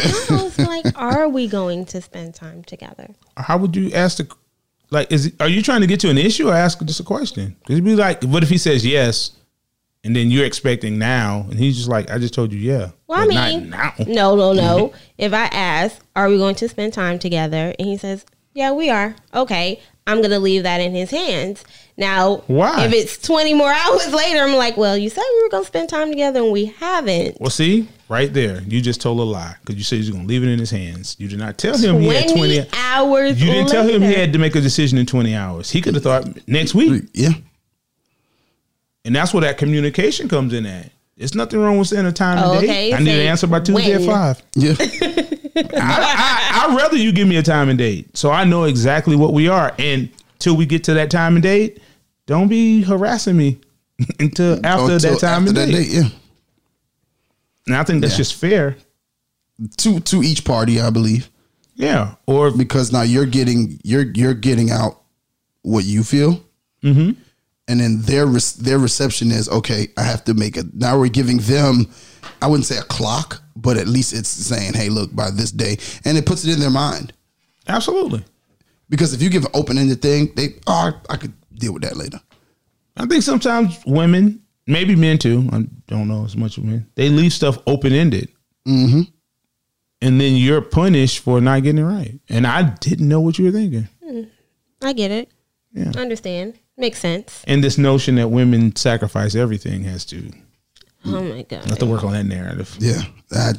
I was like, are we going to spend time together? How would you ask the like? Is are you trying to get to an issue or ask just a question? Because it'd be like, what if he says yes, and then you're expecting now, and he's just like, I just told you yeah. Well, but I mean, not now. no, no, no. if I ask, are we going to spend time together? And he says, yeah, we are. Okay. I'm going to leave that in his hands. Now, Why? if it's 20 more hours later, I'm like, well, you said we were going to spend time together and we haven't. Well, see, right there, you just told a lie because you said you're gonna leave it in his hands. You did not tell him he had 20 twenty. hours You didn't tell him he later. had to make a decision in twenty hours. He could have thought next week, Yeah, and that's where that communication comes in at. There's nothing wrong with saying a time Oh, and date. okay, I need say an answer by Tuesday at when. five. yeah. I, I, I'd rather you give me a time and date so I know exactly what we are. And till we get to that time and date, don't be harassing me until after Until that time and after date. yeah. And I think that's Yeah. just fair. To to each party, I believe. Yeah. Or because now you're getting you're you're getting out what you feel, Mm-hmm. and then their re- their reception is okay. I have to make a now we're giving them. I wouldn't say a clock, but at least it's saying, "Hey, look, by this day," and it puts it in their mind. absolutely. Because if you give an open ended thing, they oh, I, I could deal with that later. I think sometimes women maybe men too. I don't know as much of men. They leave stuff open ended, Mm-hmm. and then you're punished for not getting it right. And I didn't know what you were thinking. I get it. Yeah. I understand. Makes sense. And this notion that women sacrifice everything has to Mm. Oh my god. have to work on that narrative. Yeah. I,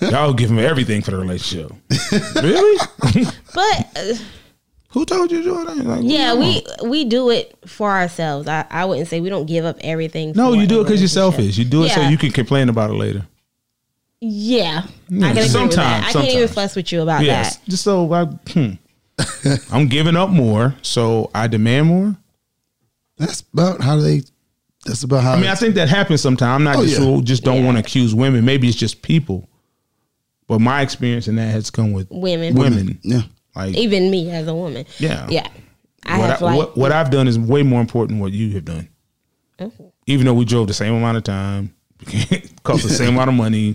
Y'all give them everything for the relationship. really? But uh, Who told you to do it? Like, yeah, come on. we we do it for ourselves. I, I wouldn't say we don't give up everything. No, for you do a it because you're relationship. selfish. You do it so Yeah. you can complain about it later. Yeah, I can agree sometimes, with that. I can't even sometimes. fuss with you about Yes. that. Just so I, hmm. I'm giving up more, so I demand more. that's about how they. That's about how. I mean, I think that happens sometimes. I'm not Oh, just yeah. who just don't Yeah. want to accuse women. Maybe it's just people. But my experience in that has come with Women. Women, yeah. like Even me as a woman. Yeah. yeah. I what, have I, like what, what I've done is way more important than what you have done. oh, Even though we drove the same amount of time, cost the same amount of money,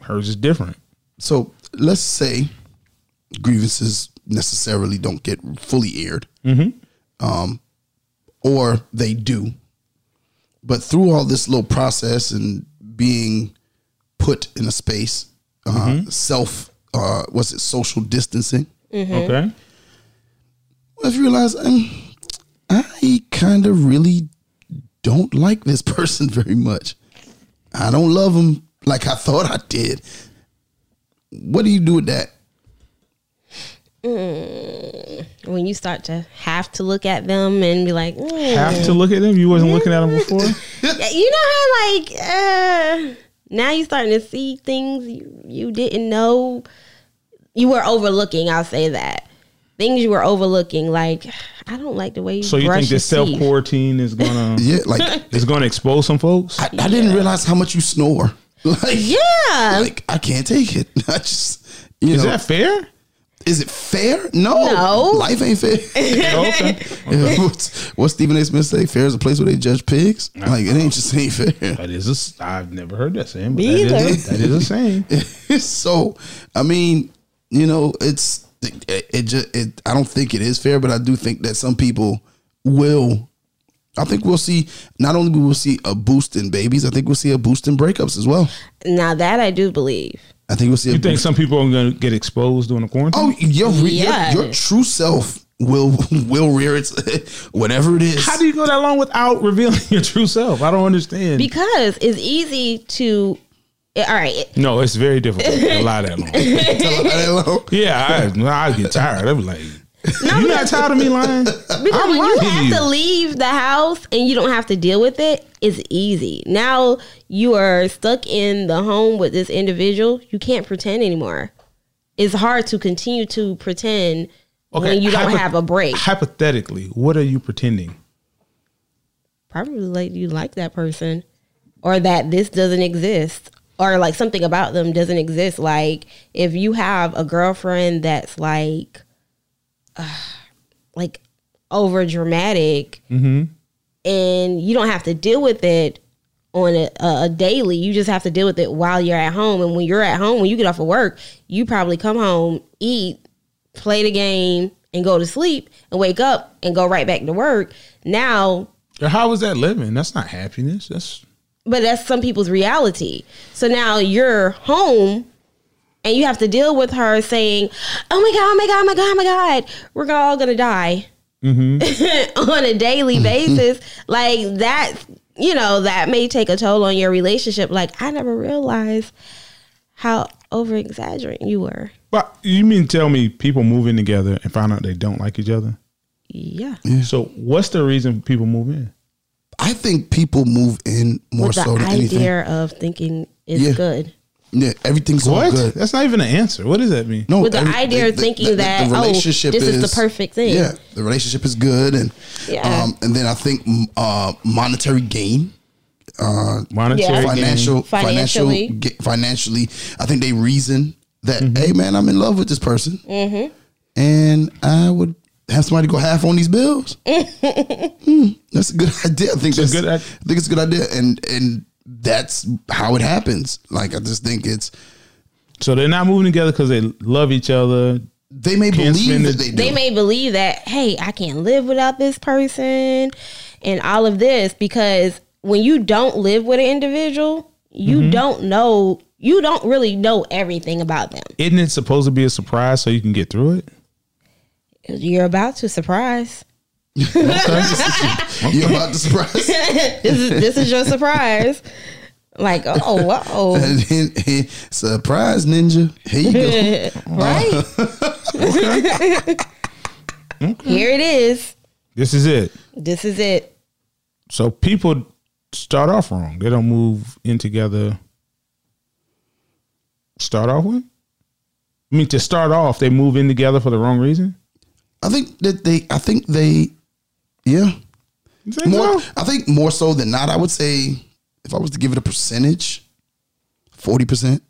hers is different. So let's say grievances necessarily don't get fully aired, um, or they do, but through all this little process and being put in a space, uh, self, uh, was it social distancing? Mm-hmm. Okay. I've realized um, I kind of really don't like this person very much. I don't love him like I thought I did. What do you do with that? when you start to have to look at them and be like, mm. Have to look at them. You wasn't looking at them before. Yeah, you know how like uh, now you're starting to see things you, you didn't know you were overlooking. I'll say that things you were overlooking. Like I don't like the way you. So you brush think your this self teeth. quarantine is gonna Yeah, like is gonna expose some folks? I, I didn't realize how much you snore. Like, Yeah. like I can't take it. I just, you Is know, that fair? is it fair? No, No. life ain't fair. okay. what's, what's Stephen A. Smith say? Fair is a place where they judge pigs. Like it ain't just ain't fair. That is a. s- I've never heard that saying. But Me that is either. a, that is a saying. so, I mean, you know, it's it, it just it. I don't think it is fair, but I do think that some people will. I think we'll see. Not only will we see a boost in babies, I think we'll see a boost in breakups as well. Now that I do believe. I think we'll see. a You think some people are gonna get exposed during the quarantine? Oh, your, re- Yeah. your your true self will will rear its whatever it is. How do you go that long without revealing your true self? I don't understand. Because it's easy to. All right. no, it's very difficult to lie that long. Yeah, I, I get tired. I'm like, you not tired of me lying? Because I'm when you lying to have you. to leave the house and you don't have to deal with it, it's easy. Now you are stuck in the home with this individual. You can't pretend anymore. It's hard to continue to pretend when you don't hypo- have a break. Hypothetically, what are you pretending? Probably like you like that person or that this doesn't exist or like something about them doesn't exist. Like if you have a girlfriend that's like, uh, like over dramatic, and you don't have to deal with it on a, a, a daily. You just have to deal with it while you're at home. And when you're at home, when you get off of work, you probably come home, eat, play the game, and go to sleep, and wake up and go right back to work. Now, Or How is that living? That's not happiness. That's but that's some people's reality. So now you're home. And you have to deal with her saying, "Oh my god! Oh my god! Oh my god! Oh my god! We're all gonna die." on a daily basis, like that, you know, that may take a toll on your relationship. Like, I never realized how over exaggerating you were. But you mean tell me people move in together and find out they don't like each other? Yeah. So what's the reason people move in? I think people move in more With the so than anything. idea of thinking it's Yeah. good. Yeah, everything's all What? good. That's not even an answer. What does that mean? No, With the idea of thinking that, oh, this is the perfect thing. Yeah, the relationship is good, and Yeah. um, and then I think mm, uh, monetary gain, Monetary Yeah. gain. financial, financial, Financially. ga- financially. I think they reason that, Mm-hmm. hey man, I'm in love with this person, and I would have somebody go half on these bills. Hmm, that's a good idea. I think that's, good I i- think it's a good idea, and and that's how it happens. Like I just think it's So they're not moving together because they love each other. they may Can't believe spend that it. they do. They may believe that, hey, I can't live without this person. and all of this because when you don't live with an individual, you Mm-hmm. don't know you don't really know everything about them. Isn't it supposed to be a surprise so you can get through it? You're about to surprise. You're about to surprise. this is this is your surprise. Like, oh wow. surprise ninja. Here you go. Right? Here it is. This is it. This is it. So people start off wrong. They don't move in together. Start off with? I mean, to start off, they move in together for the wrong reason? I think that they. I think they. Yeah. You think More. so? I think more so than not. I would say if I was to give it a percentage, forty percent.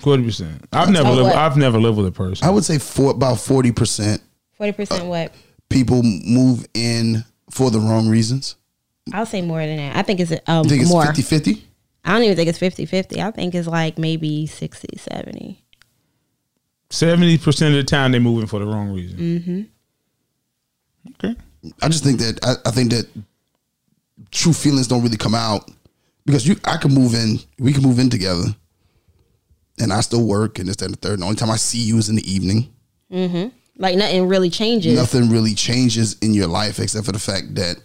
40%. I've never, Oh, lived, what? I've never lived with a person. I would say for about forty percent Forty percent what? people move in for the wrong reasons. I'll say more than that. I think it's um I think it's more. 50-50. I don't even think it's 50-50. I think it's like maybe 60, 70. 70% of the time, they're moving for the wrong reason. Mm. Mm-hmm. Okay. I just think that I, I think that true feelings don't really come out because you I can move in, we can move in together, and I still work and this that, and the third. And the only time I see you is in the evening. Like nothing really changes. Nothing really changes in your life except for the fact that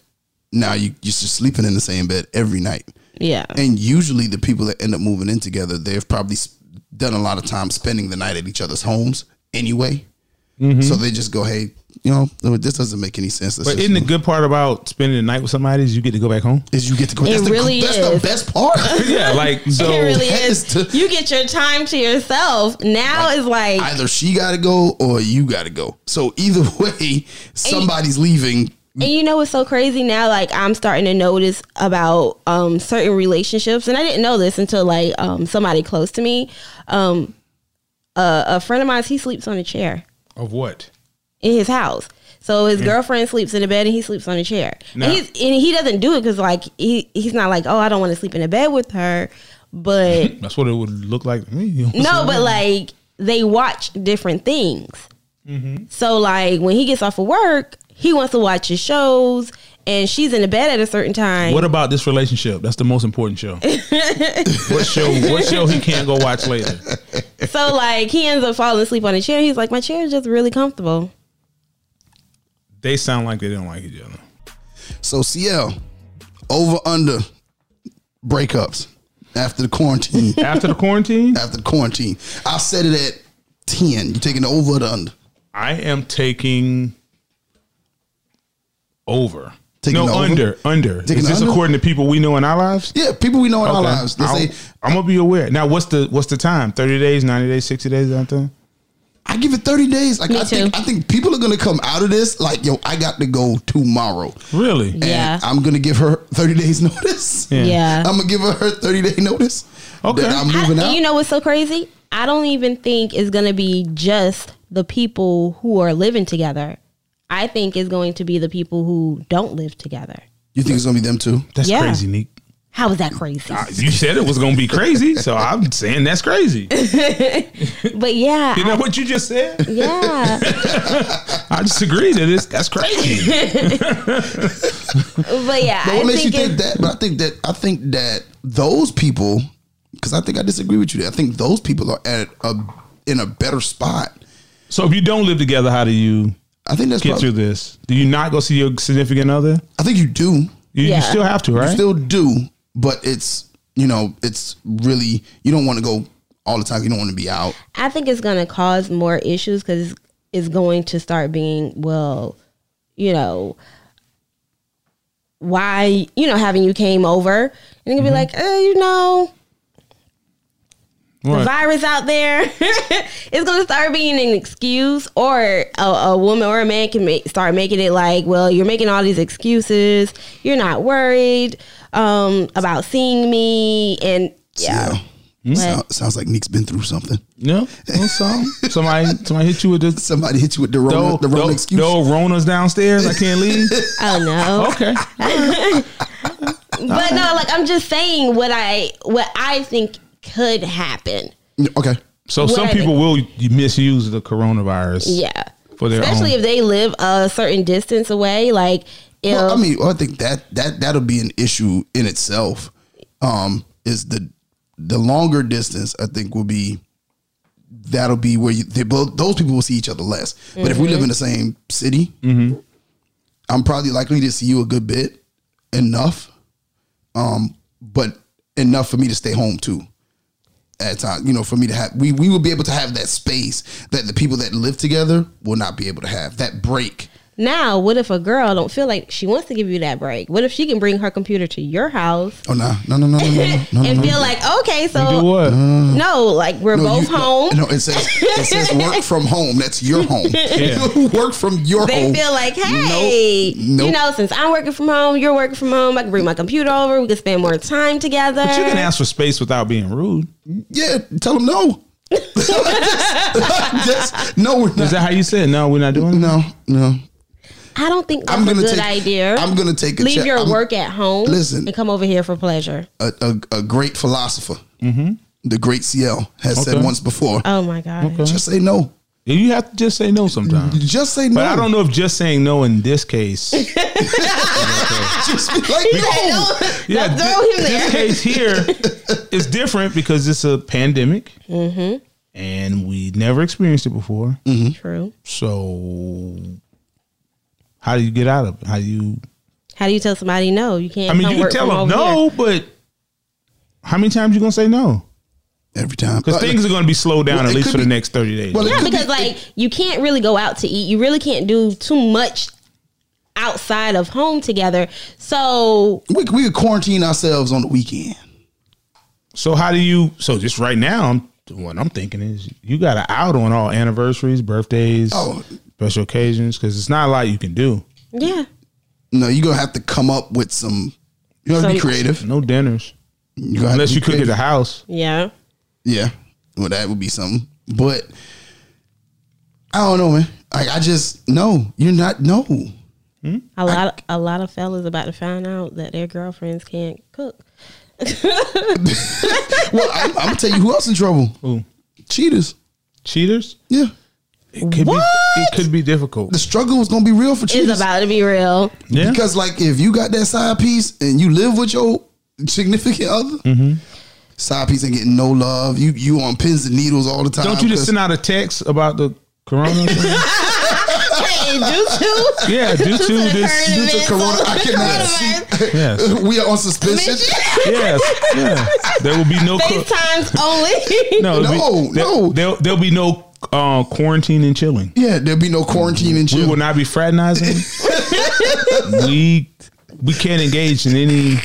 now you you're just sleeping in the same bed every night. Yeah. And usually the people that end up moving in together, they've probably s- done a lot of time spending the night at each other's homes anyway. So they just go, hey, you know, this doesn't make any sense. Mm-hmm. Let's But just isn't the move." good part about spending the night with somebody is you get to go back home? is you get to go. It that's really the, that's is. the best part. yeah, like, so. it really that is. is to- you get your time to yourself. Now it's like Either she got to go or you got to go. So either way, somebody's leaving. And you know what's so crazy now? Like I'm starting to notice about um, certain relationships, and I didn't know this until like um, somebody close to me. Um, a, a friend of mine, he sleeps on a chair Of what? in his house. So Mm. his girlfriend sleeps in the bed and he sleeps on a chair. Now- And, he's, and he doesn't do it because like he he's not like oh I don't want to sleep in the bed with her, but That's what it would look like to me. no, but like they watch different things. Mm-hmm. So like when he gets off of work, he wants to watch his shows, and she's in the bed at a certain time. What about this relationship? That's the most important show. what show? What show he can't go watch later? so like he ends up falling asleep on a chair. He's like, my chair is just really comfortable. They sound like they don't like each other. So CL over under breakups after the quarantine. After the quarantine, after the quarantine, I set it at ten. You taking the over or the under? I am taking over. Taking no over? under under. Taking Is this under? according to people we know in our lives? Yeah, people we know in our Okay. lives. Let's I'll- say I'm gonna be aware. Now, what's the what's the time? Thirty days, ninety days, sixty days, something. I give it thirty days. Like Me I think too. I think people are gonna come out of this like yo, I got to go tomorrow. Really? And Yeah. I'm gonna give her thirty days notice. Yeah. Yeah. I'm gonna give her her thirty day notice. Okay. That I'm I- moving out. you know what's so crazy? I don't even think it's gonna be just the people who are living together. I think it's going to be the people who don't live together. you think it's gonna be them too? That's Yeah. crazy, Neek. How is that crazy? You said it was gonna be crazy, so I'm saying that's crazy. You But yeah, know what you just said? yeah. I disagree that it's that's crazy. but yeah, But I what makes you think think it's- that? But I think that I think that those people, because I think I disagree with you. There. I think those people are at a in a better spot. so if you don't live together, how do you I think that's. get Probably, through this? Do you not go see your significant other? I think you do, you You, you Yeah. still have to, right? still do, but it's you know it's really you don't want to go all the time. You don't want to be out. I think it's going to cause more issues because it's going to start being, well, you know, why, you know, having you came over and it Mm-hmm. can be like, uh, you know, the Right. virus out there. it's going to start being an excuse, or a, a woman or a man can make, start making it like, well, you're making all these excuses. You're not worried um, about seeing me. And yeah. Sou- sounds like Nick's been through something. yeah. Well, some somebody somebody hit you with this. Somebody hit you with the wrong, Oh, the wrong no, excuse. no, Rona's downstairs. I can't leave. Oh, no. Okay. But no, like I'm just saying what I what I think could happen. Okay, So What some I- people will misuse the coronavirus Yeah. for their Especially own. if they live a certain distance away, like if Well, I mean, well, I think that that that'll be an issue in itself. Um, is the the longer distance? I think will be that'll be where you, they both those people will see each other less. But if we live in the same city, I'm probably likely to see you a good bit, enough, um, but enough for me to stay home too. At time, you know, for me to have, we we will be able to have that space that the people that live together will not be able to have that break. now, what if a girl don't feel like she wants to give you that break? What if she can bring her computer to your house Oh nah. no, no, no, no, no, no, no, no, and no. feel like, okay, Do so what? Uh-huh. no, like we're both you- home. No, it says it says work from home. That's your home. work from your They home. feel like, hey, nope. you know, since I'm working from home, you're working from home. I can bring my computer over. We can spend more time together. But you can ask for space without being rude. yeah, tell them no. just, just- no, we're Is not. that how you said? No, we're not doing. that? No, no. I don't think that's I'm a gonna good take. idea. I'm gonna take a Leave check- your I'm work at home. Listen. and come over here for pleasure. A, a, a great philosopher, the great CL, has said Mm-hmm. Okay. once before. Oh my god. Just say no. You have to just say no sometimes. Just say no. But I don't know if just saying no in this case. Just be like no. Yeah, Don't thi- throw him there. this case here is different because it's a pandemic, Mm-hmm. and we never experienced it before. Hmm? True. So, how do you get out of it? How do you? How do you tell somebody no? You can't. I mean, come you can work tell from them over no, here. but how many times you gonna say no? Every time. Because Uh, things are gonna be slowed down well, at it least could for the be- next thirty days. well, it Yeah, could be- because like you can't really go out to eat. You really can't do too much outside of home together. So we, we could quarantine ourselves on the weekend. so how do you? So just right now, I'm, what I'm thinking is you got to out on all anniversaries, birthdays, Oh. special occasions, because it's not a lot you can do. yeah, No, you're gonna have to come up with some. You gotta be Some- creative. No dinners You gotta unless be you cook at creative. the house. yeah. Yeah. Well, that would be something. But I don't know, man. Like I just no, you're not no. A lot, a lot of fellas about to find out that their girlfriends can't cook. Well, I, I'm gonna tell you who else in trouble. Who? Cheaters. Cheaters? Yeah. It could What? be. It could be difficult. The struggle is gonna be real for cheaters. It's about to be real. Yeah. Because like if you got that side piece and you live with your significant other, Mm-hmm. side piece ain't getting no love. You you on pins and needles all the time. Don't you just 'cause- send out a text about the corona? thing? Hey, due to yeah, due to the this. due current to- events corona, of I the cannot coronavirus. yes, we are on suspension. yes, yes. There will be no. co- FaceTimes only. no, it'll No, no. There, will there'll be no uh, quarantine and chilling. Yeah, there'll be no quarantine and We chill. will not be fraternizing. we we can't engage in any.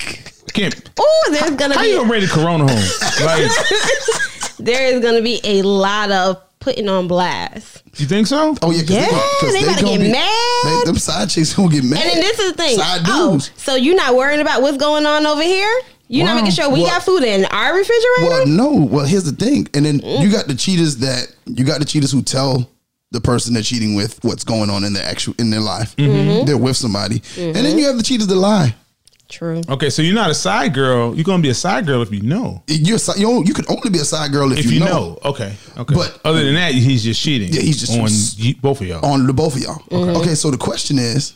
Can't. Oh, there's gonna How be you gonna bring the corona home? Like, there is gonna be a lot of putting on blast. you think so? Oh yeah, cause Yeah, cause they about to gonna get be- mad. They, them side chicks gonna get mad. And then this is the thing. Side Oh, dudes. so you're not worrying about what's going on over here? You're Wow. not making sure we Well- got food in our Well, refrigerator? no. Well, here's the thing. And then you got the cheaters that you got the cheaters who tell the person they're cheating with what's going on in their actual in their life. Mm-hmm. They're with somebody, and Mm-hmm. then you have the cheaters that lie. True. Okay, so you're not a side girl. You're gonna be a side girl if you know. You're si- you don't- you could only be a side girl if, If you, know. okay, okay. But- But other than that, he's just cheating. Yeah, he's just- on ye- both of y'all. on the both of y'all. Mm-hmm. Okay. so the question is,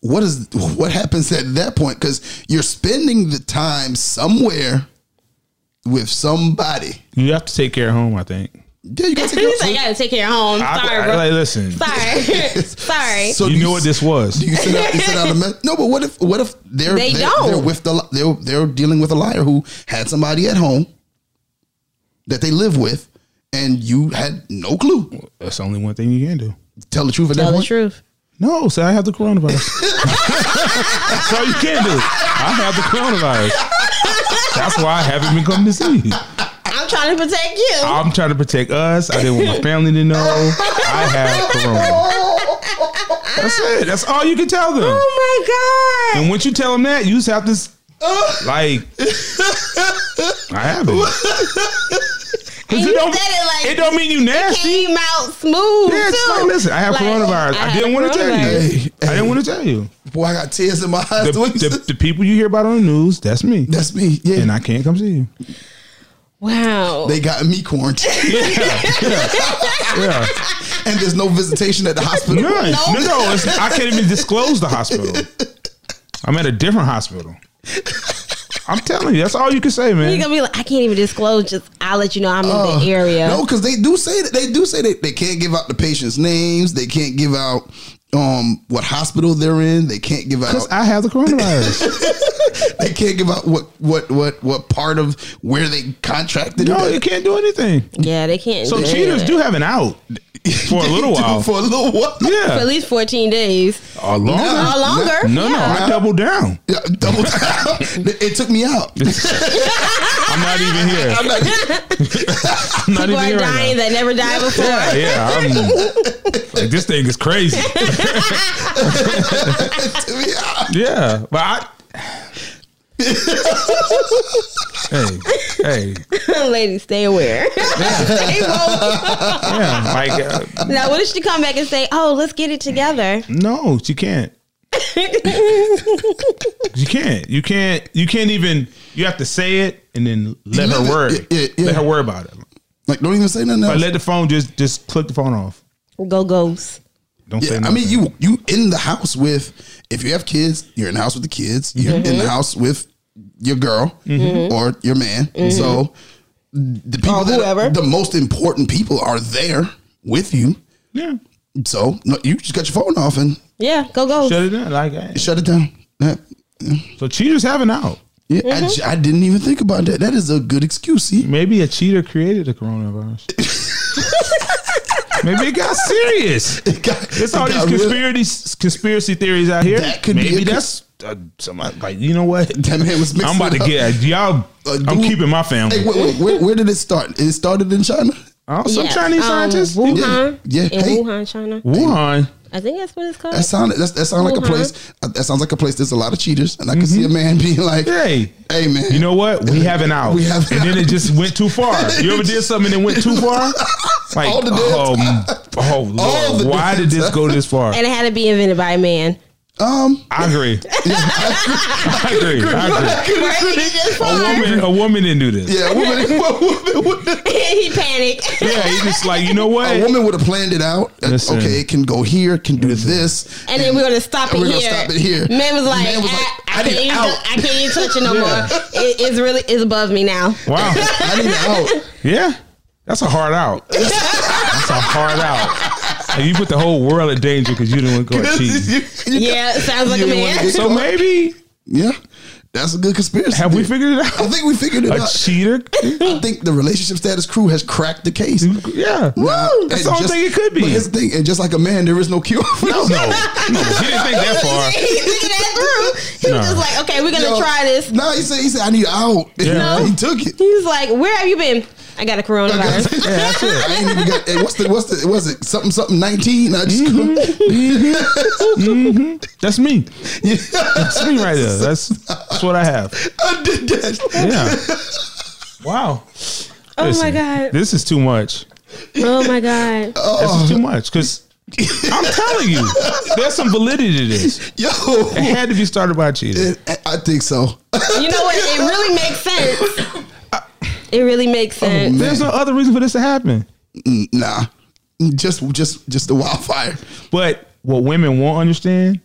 what is what happens at that point? Because you're spending the time somewhere with somebody. You have to take care of home. I think. Yeah, you gotta take He's your- like, I gotta take care of home. I- Sorry, I- bro. like, listen, Sorry. Sorry. So you do knew what this was. Do you send out, you send out a message? No, but what if what if they're They are don't. they're with the li- they're they're dealing with a liar who had somebody at home that they live with, and you had no clue. That's the only one thing you can do. Tell the truth at that Tell the point. truth. No, say I have the coronavirus. That's all you can do. I have the coronavirus. That's why I haven't been coming to see you. I'm trying to protect you. I'm trying to protect us. I didn't want my family to know. I have corona. That's it. That's all you can tell them. oh my god. And once you tell them that, you just have to s- like I have it. 'Cause And it you don't, said it like- it don't mean you nasty. Came out smooth. Yeah, it's too. like, listen, I have Like, coronavirus. I, had didn't want to tell you. coronavirus. Hey, I didn't want to tell you. Boy, I got tears in my eyes. The, when you the, said- the people you hear about on the news, that's me. That's me. Yeah. and I can't come see you. Wow. They got me quarantined, Yeah. and there's no visitation at the hospital. None. No, no, it's, I can't even disclose the hospital. I'm at a different hospital. I'm telling you, that's all you can say, You're man. gonna be like, I can't even disclose. Just I'll let you know I'm Uh, in the area. No, because they do say that they do say that they can't give out the patients' names. They can't give out um what hospital they're in. They can't give out. Because I have the coronavirus. they can't give out what what what what part of where they contracted. no, it. you can't do anything. Yeah, they can't. So do cheaters it. do have an out for a little Do while. for a little while. for at Yeah. least 14 days A longer. or longer. Uh, No, no, yeah. I double down. Yeah, double time. it took me out. I'm not even here. I'm not, I'm not People even are here. right dying now. that never died before. yeah, yeah. I'm, like, this thing is crazy. it took me out. Yeah, but I. hey, hey, Ladies, stay aware. Stay woke. yeah, like uh, now, what if she come back and say, "Oh, let's get it together"? no, you can't. you can't. You can't. You can't even. You have to say it and then let You her live it. worry. Yeah, yeah, yeah. Let her worry about it. Like, don't even say nothing But else. let the phone just just click the phone off. Go goes. Don't say Yeah, I nothing. mean, you you in the house with if you have kids, you're in the house with the kids. You're in the house with your girl or your man. So the people that whoever. the most important people are there with you. yeah, So no, you just got your phone off and Yeah, go goes. shut it down. Like eh. shut it down. Yeah, so, cheaters have an out. yeah, Mm-hmm. I j- I, didn't even think about that. That is a good excuse. See? Maybe a cheater created the coronavirus. Maybe it got serious. It's all these conspiracy conspiracy theories out here. That could be Maybe a co- that's uh, somebody like you know what. That man was mixing I'm about to it up. get y'all. Uh, I'm dude- keeping my family. Hey, wait, wait, where, where did it start? It started in China. oh, some Yeah, Chinese um, scientists. Wuhan. Yeah, In hey. Wuhan, China. Wuhan. I think that's what it's called. That sound that, that sound like a Uh-huh. place. uh, That sounds like a place. There's a lot of cheaters, and I can see a man being like, Hey, "Hey, man, Mm-hmm. you know what? We have an out. We have an and then it just went too far. You ever did something and it went too far? Like, All the um, oh, All Lord, the why did this go this far? and it had to be invented by a man. um, I agree. I agree. I agree. Right? He just A woman, a woman didn't do this. yeah, a woman, a woman, would- he panicked. Yeah, he just like you know a what? woman would have planned it out. Uh, Listen. okay, it can go here, it can do this, And then we're gonna stop it we're here. gonna stop it here. Man was like, Man was I, like, I, I need can't even, out. I can't even touch it no Yeah. more. It, it's really it's above me now. Wow. I need it out. Yeah, that's a hard out. That's a hard out. And you put the whole world in danger because you didn't go out cheating. You- you- Yeah, it sounds like You a didn't wanna man. get- So maybe yeah, that's a good conspiracy. have we theory. figured it I out? think we figured it A out. cheater? I think the relationship status crew has cracked the case. Mm-hmm. Yeah. Now, That's and the only just- thing it could be. But here's the thing, and just like a man, there is no cure. For No, no, no. He didn't think that far. he thinking that through. He No. was just like, okay, we're gonna Yo, try this. No, he said he said I need out. Yeah. he took it. He was like, where have you been? I got a coronavirus. Yeah, that's it. I ain't even got. Hey, what's the what's the was it something something nineteen? I just Mm-hmm. That's me. yeah, That's me right there. That's that's what I have. I did that. Yeah. Wow. Oh my Listen, god. This is too much. Oh my god. This Oh. is too much because I'm telling you, there's some validity to this. Yo, It had to be started by a cheater. I- I think so. You know what? It really makes sense. It really makes Oh, sense. There's no other reason for this to happen. Nah, just just just the wildfire. But what women won't understand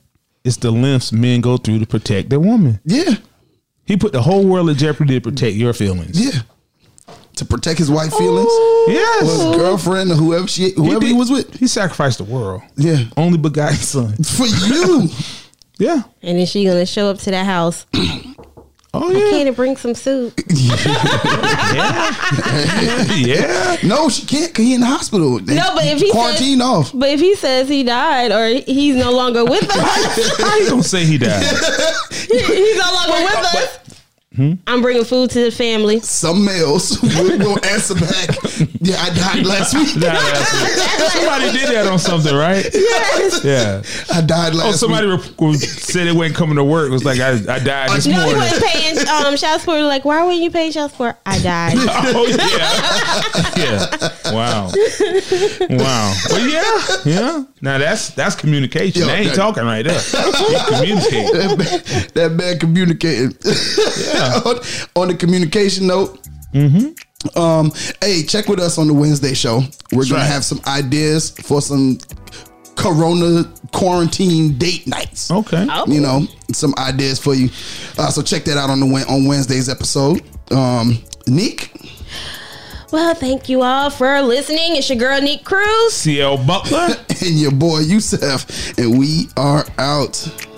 is the lengths men go through to protect their woman. Yeah, He put the whole world at jeopardy to protect your feelings. yeah. To protect his wife feelings, or Yes. his girlfriend, or whoever she whoever he, did- was with. Oh. He sacrificed the world. Yeah, Only begotten son. for you. Yeah. And then she gonna show up to that house. Oh Can yeah. to bring some soup? yeah. no, she can't. Cause he in the hospital. No, but if he quarantine says, off. But if he says he died or he's no longer with us, How you gonna say he died? he's no longer with us. I'm bringing food to the family. Some males will will answer back. Yeah, I died last week. Nah, that's it. somebody did that on something, right? Yes. Yeah. I died last Oh, week. somebody rep- was- said it wasn't coming to work. It was like I, I died this No, he morning. wasn't paying um, child support. Like, why weren't you paying child support? I died. Oh yeah, yeah. Wow, wow. Well, yeah, yeah. Now that's that's communication. Yo, they ain't that- talking right there. You communicate. that man, that man communicating. on, on the communication note, Um, hey, check with us on the Wednesday show. We're gonna Mm-hmm. right. have some ideas for some Corona quarantine date nights. Okay. Oh. You know, some ideas for you. Uh, so check that out on the Wed- on Wednesday's episode. Um, Nick, Well, thank you all for listening. It's your girl, Neek Cruz. CL Butler. and your boy Yusef, and we are out.